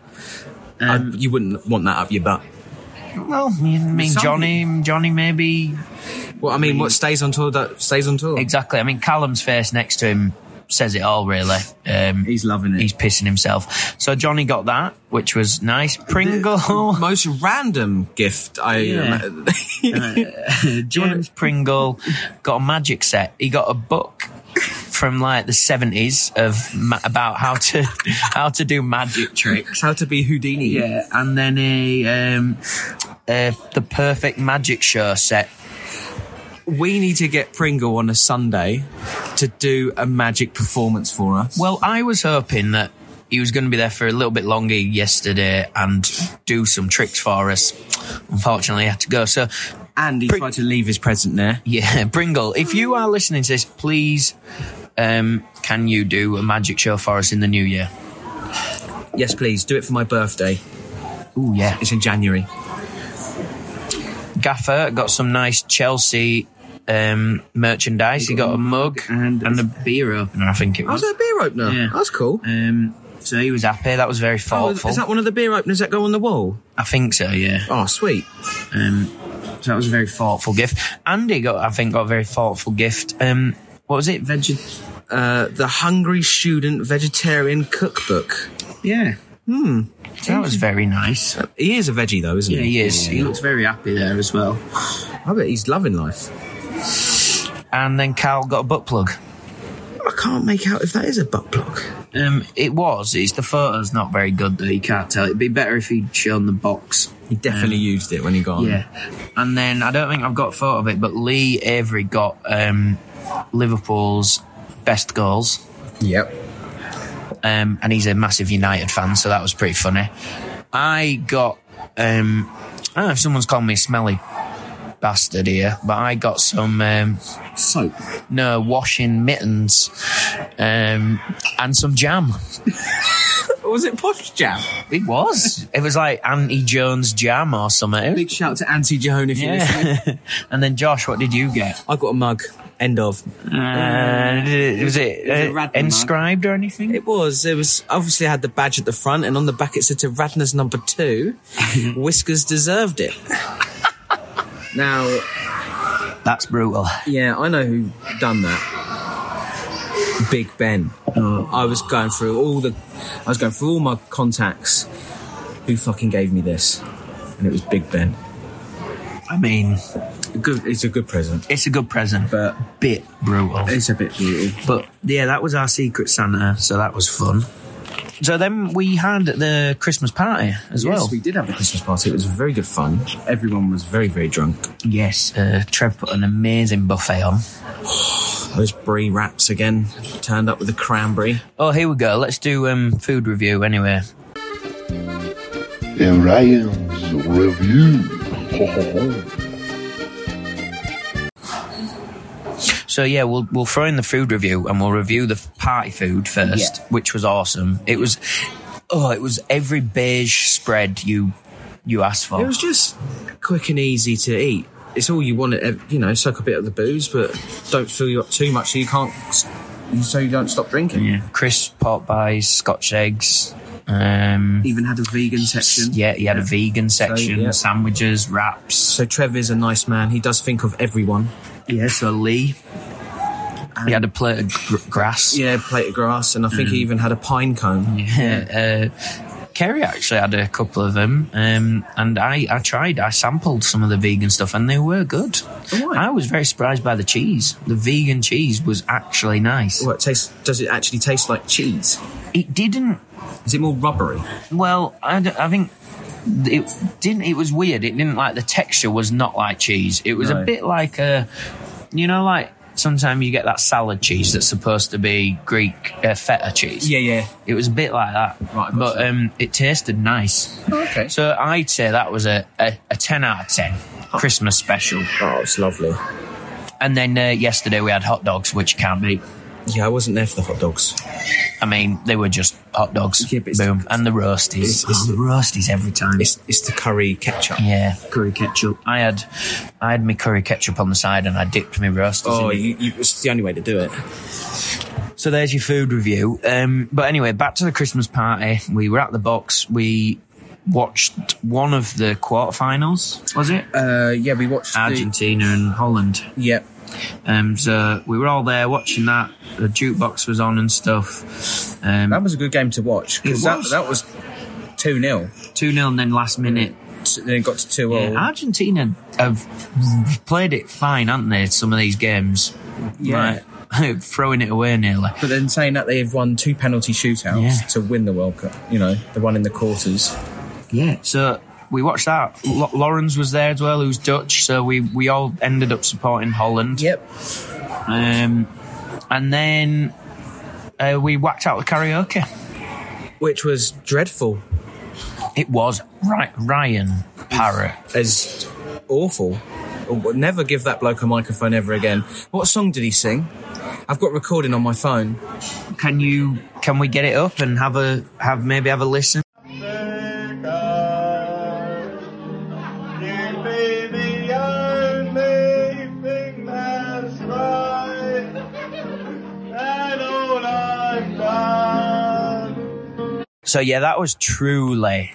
Speaker 2: I- you wouldn't want that up your butt.
Speaker 1: Well, I mean, Johnny, Johnny maybe
Speaker 2: Well, I mean, what stays on tour that stays on tour.
Speaker 1: Exactly. I mean, Callum's face next to him says it all, really. Um,
Speaker 8: He's loving it.
Speaker 1: he's pissing himself. So Johnny got that, which was nice. [LAUGHS] Pringle,
Speaker 2: Most random gift I.
Speaker 1: Yeah. [LAUGHS] James Pringle got a magic set. He got a book from like the seventies of ma- about how to [LAUGHS] how to do magic tricks.
Speaker 2: How to be Houdini.
Speaker 1: Yeah, and then a um, uh, the perfect magic show set.
Speaker 2: We need to get Pringle on a Sunday to do a magic performance for us.
Speaker 1: Well, I was hoping that he was going to be there for a little bit longer yesterday and do some tricks for us. Unfortunately, he had to go. So,
Speaker 2: and he tried to leave his present there.
Speaker 1: yeah, [LAUGHS] Pringle, if you are listening to this, please, um, can you do a magic show for us in the new year?
Speaker 2: Yes, please do it for my birthday.
Speaker 1: Oh, yeah.
Speaker 2: It's in January.
Speaker 1: Gaffer got some nice Chelsea um, merchandise. He got a mug and, a beer opener, I think it
Speaker 2: Oh,
Speaker 1: was.
Speaker 2: a beer opener.
Speaker 1: Yeah.
Speaker 2: That's cool.
Speaker 1: Um, so he was happy. That was very
Speaker 2: Oh,
Speaker 1: thoughtful.
Speaker 2: is that one of the beer openers that go on the wall?
Speaker 1: I think so, yeah.
Speaker 2: Oh, sweet.
Speaker 1: Um, so that was a very thoughtful gift. Andy got, I think, got a very thoughtful gift. Um, what was it? Veg-
Speaker 2: uh, the Hungry Student Vegetarian Cookbook.
Speaker 8: Yeah.
Speaker 1: That was very nice.
Speaker 2: He is a veggie though, isn't
Speaker 1: Hmm. Yeah,
Speaker 2: he?
Speaker 1: he is.
Speaker 8: He looks very happy there as well.
Speaker 2: I bet he's loving life.
Speaker 1: And then Cal got a butt plug.
Speaker 2: I can't make out if that is a butt plug.
Speaker 1: Um, it was. It's the photo's not very good though. You can't tell. It'd be better if he'd shown the box.
Speaker 2: He definitely used it when he got on.
Speaker 1: Yeah. And then I don't think I've got a photo of it, but Lee Avery got um, Liverpool's best goals.
Speaker 2: Yep.
Speaker 1: um, and he's a massive United fan, so that was pretty funny. I got, um, I don't know if someone's calling me a smelly bastard here, but I got some, um,
Speaker 8: Soap.
Speaker 1: no, washing mittens, um, and some jam.
Speaker 8: Was it posh jam?
Speaker 1: It was. it was like Auntie Jones jam or something.
Speaker 8: Big shout out to Auntie Joan if you're listening.
Speaker 1: Yeah. [LAUGHS] and then Josh, what did you get?
Speaker 2: I got a mug. End of.
Speaker 1: Uh, was it,
Speaker 8: it a
Speaker 1: uh,
Speaker 8: Radler mug?
Speaker 1: inscribed or anything?
Speaker 2: It was. It was obviously had the badge at the front, and on the back it said to Radner's number [LAUGHS] two. Whiskers deserved it.
Speaker 8: Now,
Speaker 1: That's brutal.
Speaker 8: yeah, I know who done that.
Speaker 2: Big Ben. I was going through all the, I was going through all my contacts, who fucking gave me this, and it was Big Ben.
Speaker 1: I mean,
Speaker 2: Good, it's a good present, Uh,
Speaker 1: it's a good present, but
Speaker 2: but
Speaker 1: bit brutal.
Speaker 8: It's a bit brutal.
Speaker 1: But yeah, that was our Secret Santa, so that was fun. So then we had the Christmas party as well.
Speaker 2: yes, we did have a Christmas party. It was very good fun. Everyone was very, very drunk.
Speaker 1: Yes, uh, Trev put an amazing buffet on.
Speaker 2: Those brie wraps again turned up with the cranberry.
Speaker 1: Oh, here we go. Let's do um, food review anyway.
Speaker 9: And Ryan's review.
Speaker 1: So yeah, we'll we'll throw in the food review and we'll review the f- party food first, which was awesome. It was, oh, it was every beige spread you you asked for.
Speaker 2: It was just quick and easy to eat. It's all you want. eh, You know, suck a bit of the booze, but don't fill you up too much so you can't, so you don't stop drinking.
Speaker 1: yeah. crisp pork pies, Scotch eggs. Um,
Speaker 8: Even had a vegan section.
Speaker 1: yeah, he had a vegan section,
Speaker 2: yeah.
Speaker 1: sandwiches, wraps.
Speaker 2: So Trev is a nice man. He does think of everyone.
Speaker 1: Yeah, so Lee. he had a plate of gr- grass.
Speaker 2: Yeah, plate of grass, and I think he even had a pine cone.
Speaker 1: Yeah, [LAUGHS] Uh, Kerry actually had a couple of them, um, and I, I tried, I sampled some of the vegan stuff, and they were good.
Speaker 2: right.
Speaker 1: I was very surprised by the cheese. The vegan cheese was actually nice.
Speaker 2: Well, it tastes. Does it actually taste like cheese?
Speaker 1: It didn't.
Speaker 2: Is it more rubbery?
Speaker 1: Well, I, d- I think it didn't. It was weird. It didn't like the texture was not like cheese. It was a
Speaker 2: No.
Speaker 1: bit like a, you know, like sometimes you get that salad cheese that's supposed to be Greek uh, feta cheese.
Speaker 2: yeah.
Speaker 1: It was a bit like that,
Speaker 2: Right, I got
Speaker 1: but
Speaker 2: you.
Speaker 1: um, it tasted nice.
Speaker 2: okay.
Speaker 1: So I'd say that was a, a, a 10 out of 10 Christmas special.
Speaker 2: Oh, it's lovely.
Speaker 1: And then uh, yesterday we had hot dogs, which can't be.
Speaker 2: Yeah, I wasn't there for the hot dogs.
Speaker 1: I mean, they were just hot dogs.
Speaker 2: Yeah, but it's-
Speaker 1: Boom. And the roasties.
Speaker 2: it's- it's-
Speaker 1: Oh, the roasties every time.
Speaker 2: It's it's the curry ketchup.
Speaker 1: Yeah, curry ketchup. I had, I had my curry ketchup on the side, and I dipped my roasties.
Speaker 2: Oh,
Speaker 1: in it.
Speaker 2: you, you, it's the only way to do it.
Speaker 1: So there's your food review. Um, but anyway, back to the Christmas party. We were at the box. We watched one of the quarterfinals. Was it
Speaker 2: Uh, yeah, we watched. the-
Speaker 1: Argentina and Holland?
Speaker 2: yeah,
Speaker 1: Um, so we were all there watching that. The jukebox was on and stuff.
Speaker 2: that
Speaker 1: Um,
Speaker 2: was a good game to watch
Speaker 1: It
Speaker 2: because that
Speaker 1: was.
Speaker 2: that was two 0
Speaker 1: two 0 and then last minute.
Speaker 2: Then it got to two 0
Speaker 1: Yeah, Argentina have played it fine, haven't they? Some of these games,
Speaker 2: Yeah.
Speaker 1: Like, [LAUGHS] throwing it away nearly.
Speaker 2: But then saying that they've won two penalty shootouts
Speaker 1: Yeah.
Speaker 2: to win the World Cup, you know, the one in the quarters.
Speaker 1: Yeah. So we watched that. L- Lawrence was there as well, who's Dutch. So we we all ended up supporting Holland.
Speaker 2: Yep.
Speaker 1: Um, and then uh, we whacked out the karaoke.
Speaker 2: Which was dreadful,
Speaker 1: It was right Ryan Parrott.
Speaker 2: as awful. Oh, Never give that bloke a microphone ever again. What song did he sing? I've got recording on my phone.
Speaker 1: can you can we get it up and have a have maybe have a listen so yeah that was truly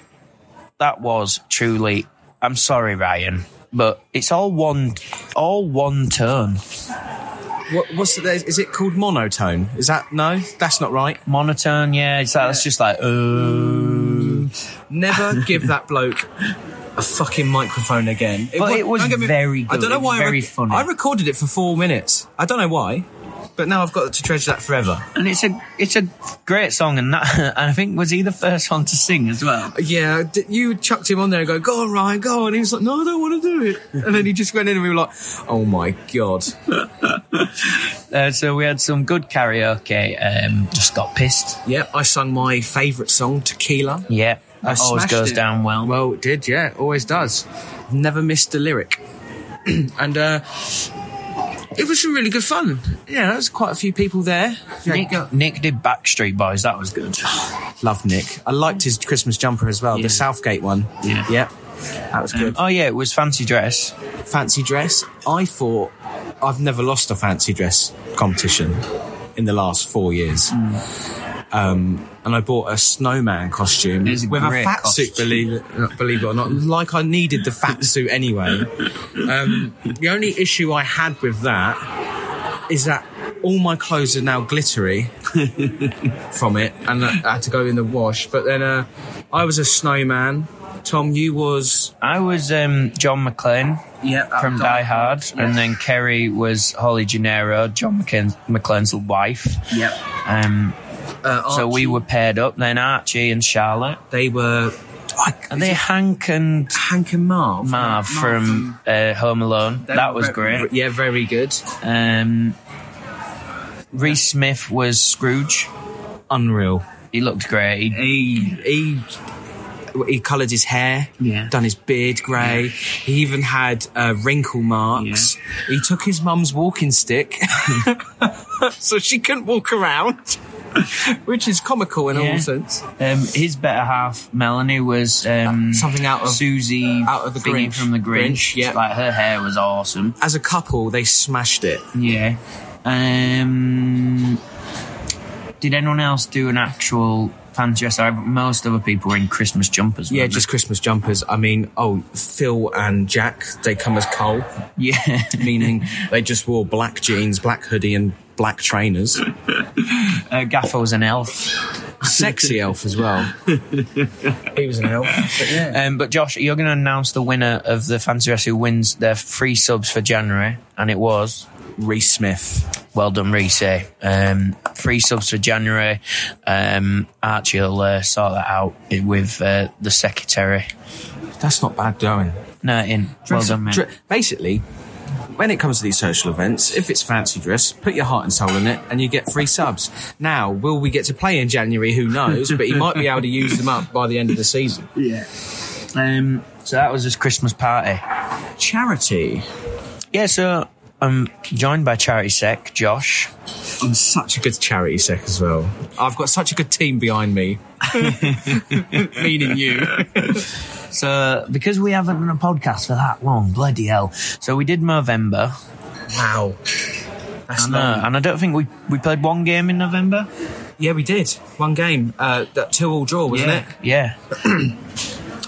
Speaker 1: that was truly i'm sorry ryan but it's all one all one turn
Speaker 10: What, what's the, is it called monotone? Is that no? That's not right.
Speaker 1: Monotone, yeah. It's like, That's just like, oh.
Speaker 2: Never [LAUGHS] give that bloke a fucking microphone again.
Speaker 1: But
Speaker 2: wa-
Speaker 1: it was
Speaker 2: don't get
Speaker 1: very good.
Speaker 2: I don't know
Speaker 1: It was
Speaker 2: why. I
Speaker 1: very
Speaker 2: rec-
Speaker 1: funny.
Speaker 2: I recorded it for four minutes. I don't know why, but now I've got to treasure that forever.
Speaker 1: And it's a it's a great song, and that [LAUGHS] and I think was he the first one to sing as well.
Speaker 2: Yeah, d- you chucked him on there and go, go on, Ryan, go on. He was like, no, I don't want to do it. And then he just went in and we were like, oh my God.
Speaker 1: Uh, so we had some good karaoke. Um, just got pissed.
Speaker 2: Yeah, I sung my favourite song, Tequila.
Speaker 1: Yeah, that
Speaker 2: I
Speaker 1: always
Speaker 2: smashed
Speaker 1: goes
Speaker 2: it.
Speaker 1: down well.
Speaker 2: Well, it did, yeah, always does. Never missed a lyric. [CLEARS THROAT] and uh, it was really good fun. Yeah, there was quite a few people there.
Speaker 1: Nick, Nick did Backstreet Boys. That was good.
Speaker 2: Love Nick. I liked his Christmas jumper as well, the Southgate one.
Speaker 1: Yeah.
Speaker 2: Yeah, that was good.
Speaker 1: Oh yeah, it was fancy dress.
Speaker 2: fancy dress. I thought I've never lost a fancy dress competition in the last four years. Um, and I bought a snowman costume
Speaker 1: Mm. It is a
Speaker 2: with a
Speaker 1: great
Speaker 2: fat
Speaker 1: costume.
Speaker 2: suit, believe it, uh, believe it or not. Like I needed the
Speaker 1: [LAUGHS]
Speaker 2: fat suit anyway. Um, the only issue I had with that is that all my clothes are now
Speaker 1: [LAUGHS]
Speaker 2: glittery from it, and I had to go in the wash. But then uh, I was a snowman. Tom, you was
Speaker 1: I was um, John McClane
Speaker 2: yeah
Speaker 1: from Die Hard, and then Kerry was Holly Gennaro, John McClane, McClane's wife.
Speaker 2: Yep.
Speaker 1: Um,
Speaker 2: Uh,
Speaker 1: so we
Speaker 2: Archie.
Speaker 1: were paired up. Then Archie and Charlotte.
Speaker 2: They were. I,
Speaker 1: Are they Hank and
Speaker 2: Hank and Marv?
Speaker 1: Marv from uh, Home Alone?
Speaker 2: They
Speaker 1: that
Speaker 2: were
Speaker 1: was
Speaker 2: ve-
Speaker 1: great.
Speaker 2: Yeah, very good.
Speaker 1: Um, Reese Smith was Scrooge.
Speaker 2: Unreal.
Speaker 1: He looked great. He-
Speaker 2: He he he coloured his hair.
Speaker 1: Yeah.
Speaker 2: Done his beard grey. He even had uh, wrinkle marks. He took his mum's walking stick, [LAUGHS] so she couldn't walk around, which is comical in
Speaker 1: Yeah.
Speaker 2: all sense.
Speaker 1: um, his better half, Melanie, was um,
Speaker 2: Something out of-
Speaker 1: Susie
Speaker 2: out of the
Speaker 1: thingy
Speaker 2: Grinch.
Speaker 1: from the Grinch.
Speaker 2: Grinch, yeah.
Speaker 1: like her hair was awesome.
Speaker 2: As a couple, they smashed it.
Speaker 1: Yeah. Um, did anyone else do an actual fancy dress? I, most other people were in Christmas jumpers.
Speaker 2: Yeah,
Speaker 1: weren't
Speaker 2: just Christmas jumpers. I mean, oh, Phil and Jack, they come as coal.
Speaker 1: they? [LAUGHS] yeah.
Speaker 2: [LAUGHS] meaning they just wore black jeans, black hoodie, and black trainers.
Speaker 1: Uh, Gaffer was an elf.
Speaker 2: Sexy elf as [LAUGHS] well. he was an elf. But yeah.
Speaker 1: Um, but Josh, you're going to announce the winner of the fancy dress who wins their free subs for January, and it was.
Speaker 2: Reese Smith.
Speaker 1: Well done, Reese. Um, free subs for January. Um, Archie will uh, sort that out with uh, the secretary.
Speaker 2: That's not bad going.
Speaker 1: No, in. Well done, mate.
Speaker 2: Dre- basically, when it comes to these social events, if it's fancy dress, put your heart and soul in it, and you get free subs. Now, will we get to play in January? Who knows? But he might be able to use them up by the end of the season.
Speaker 1: Um, so that was his Christmas party.
Speaker 2: Charity.
Speaker 1: Yeah, so I'm joined by Charity Sec, Josh.
Speaker 2: I'm such a good charity sec as well. I've got such a good team behind me. [LAUGHS] Meaning you.
Speaker 1: So because we haven't done a podcast for that long, bloody hell. So we did November.
Speaker 2: Wow. That's
Speaker 1: And, uh, and I don't think we, we played one game in November.
Speaker 2: Yeah, we did. One game. Uh, that two all draw, wasn't
Speaker 1: yeah. Yeah.
Speaker 2: it?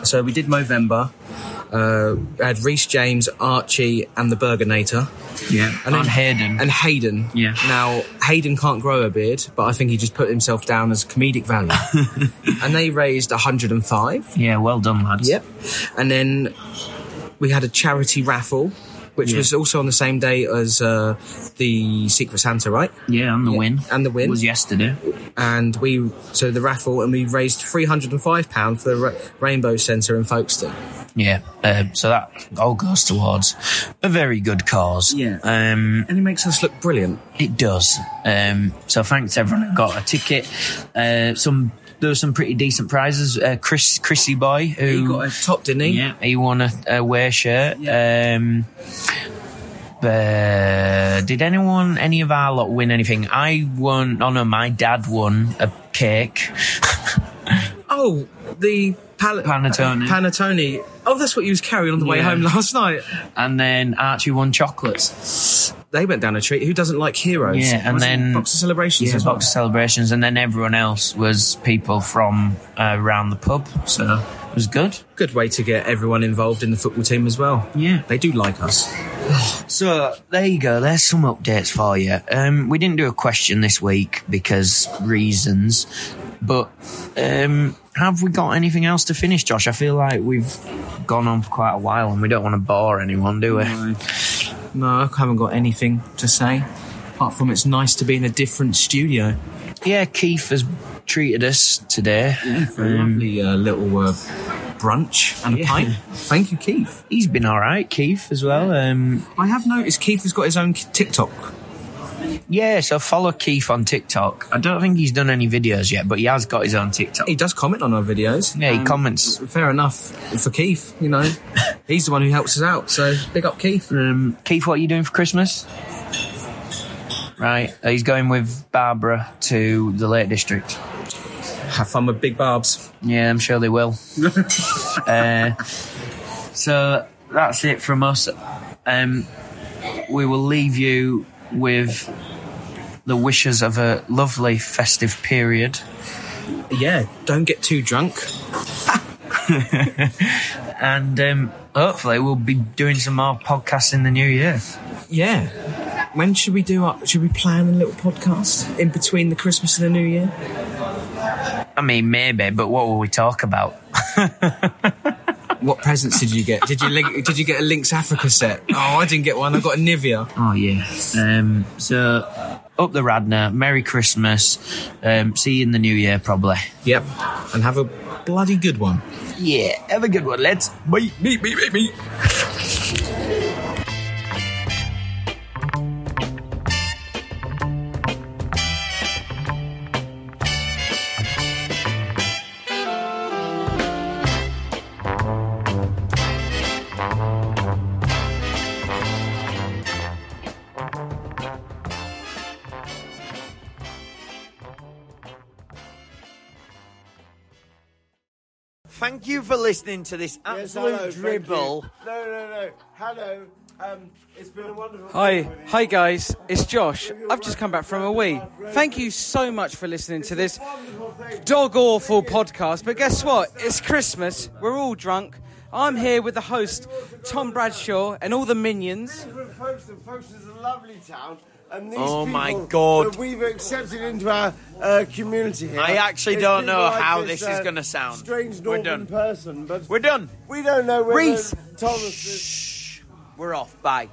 Speaker 2: So we did Movember. Uh, had Reese James, Archie, and the Burgernator.
Speaker 1: Yeah. And,
Speaker 2: And then-
Speaker 1: Hayden.
Speaker 2: And Hayden.
Speaker 1: Yeah.
Speaker 2: Now, Hayden can't grow a beard, but I think he just put himself down as comedic value. and they raised 105.
Speaker 1: yeah, well done, lads.
Speaker 2: And then we had a charity raffle, which was also on the same day as uh, the Secret Santa, right?
Speaker 1: Yeah, and the
Speaker 2: Yeah,
Speaker 1: win.
Speaker 2: and the win.
Speaker 1: was yesterday.
Speaker 2: and we so the raffle and we raised 305 pound for the Ra- rainbow centre in folkestone
Speaker 1: Yeah. Uh, so that all goes towards a very good cause.
Speaker 2: Yeah.
Speaker 1: Um,
Speaker 2: and it makes us look brilliant
Speaker 1: it does. Um, so thanks to everyone who got a ticket. Uh, some there were some pretty decent prizes. Uh, Chris Chrissy Boy who
Speaker 2: he got a top didn't he
Speaker 1: Yeah, he won a, a wear shirt. Um, but did anyone, any of our lot, win anything? I won. Oh no, my dad won a cake.
Speaker 2: oh the pal-
Speaker 1: Panettone.
Speaker 2: panettone oh that's what he was carrying on the way
Speaker 1: Yeah.
Speaker 2: home last night
Speaker 1: and then Archie won chocolates.
Speaker 2: they went down a treat who doesn't like heroes
Speaker 1: Yeah, and
Speaker 2: Was it
Speaker 1: then-
Speaker 2: boxer celebrations
Speaker 1: Yeah,
Speaker 2: as well
Speaker 1: box of celebrations, and then everyone else was people from uh, around the pub. So It was good.
Speaker 2: Good way to get everyone involved in the football team as well.
Speaker 1: Yeah.
Speaker 2: They do like us.
Speaker 1: So there you go. There's some updates for you. Um, we didn't do a question this week because reasons, but um, have we got anything else to finish, Josh? I feel like we've gone on for quite a while and we don't want to bore anyone, do we?
Speaker 2: No, I haven't got anything to say. Apart from it's nice to be in a different studio.
Speaker 1: Yeah, Keith has treated us today.
Speaker 2: Lovely uh, little uh, brunch and a
Speaker 1: Yeah.
Speaker 2: pint. Thank you, Keith.
Speaker 1: He's been all right, Keith, as well. Um,
Speaker 2: I have noticed Keith has got his own TikTok.
Speaker 1: yeah, so follow Keith on TikTok. I don't think he's done any videos yet, but he has got his own TikTok.
Speaker 2: He does comment on our videos.
Speaker 1: Yeah, he
Speaker 2: Um,
Speaker 1: comments.
Speaker 2: Fair enough for Keith, you [LAUGHS] know. He's the one who helps us out, so big up Keith.
Speaker 1: Um, Keith, what are you doing for Christmas? Right, uh, he's going with Barbara to the Lake District.
Speaker 2: Have fun with Big Barbs.
Speaker 1: Yeah, I'm sure they
Speaker 2: [LAUGHS]
Speaker 1: will. uh, so that's it from us. Um, we will leave you with the wishes of a lovely festive period.
Speaker 2: Yeah, don't get too drunk.
Speaker 1: and um, hopefully we'll be doing some more podcasts in the new year.
Speaker 2: Yeah. When should we do up? Should we plan a little podcast in between the Christmas and the New Year?
Speaker 1: I mean, maybe, but what will we talk about?
Speaker 2: What presents did you get? Did you link, did you get a Lynx Africa set? Oh, I didn't get one. I got a Nivea.
Speaker 1: Oh yeah. Um, so up the Radnor. Merry Christmas. Um, see you in the new year, probably.
Speaker 2: Yep. And have a bloody good one.
Speaker 1: Yeah. Have a good one, lads. Bye.
Speaker 2: Meet me, meet me.
Speaker 6: Thank you for listening to this
Speaker 3: Yes,
Speaker 6: absolute
Speaker 3: hello, thank you.
Speaker 6: dribble.
Speaker 3: No, no, no. Hello. Um, it's been a wonderful.
Speaker 11: Hi, hi guys, it's Josh. I've just come back from a wee. Thank you so much for listening to this dog awful podcast. But guess what? It's Christmas. We're all drunk. I'm here with the host, Tom Bradshaw, and all the minions.
Speaker 3: Different folks, and folks is a lovely town. And these
Speaker 6: Oh, my
Speaker 3: people
Speaker 6: God.
Speaker 3: That we've accepted into our uh, community here.
Speaker 6: I actually
Speaker 3: It's
Speaker 6: don't
Speaker 3: people
Speaker 6: know how this is
Speaker 3: uh,
Speaker 6: gonna sound.
Speaker 3: Strange
Speaker 6: We're
Speaker 3: northern
Speaker 6: done.
Speaker 3: person, but
Speaker 6: We're done.
Speaker 3: we don't know whether
Speaker 6: Reese.
Speaker 3: Thomas is.
Speaker 6: We're off. Bye.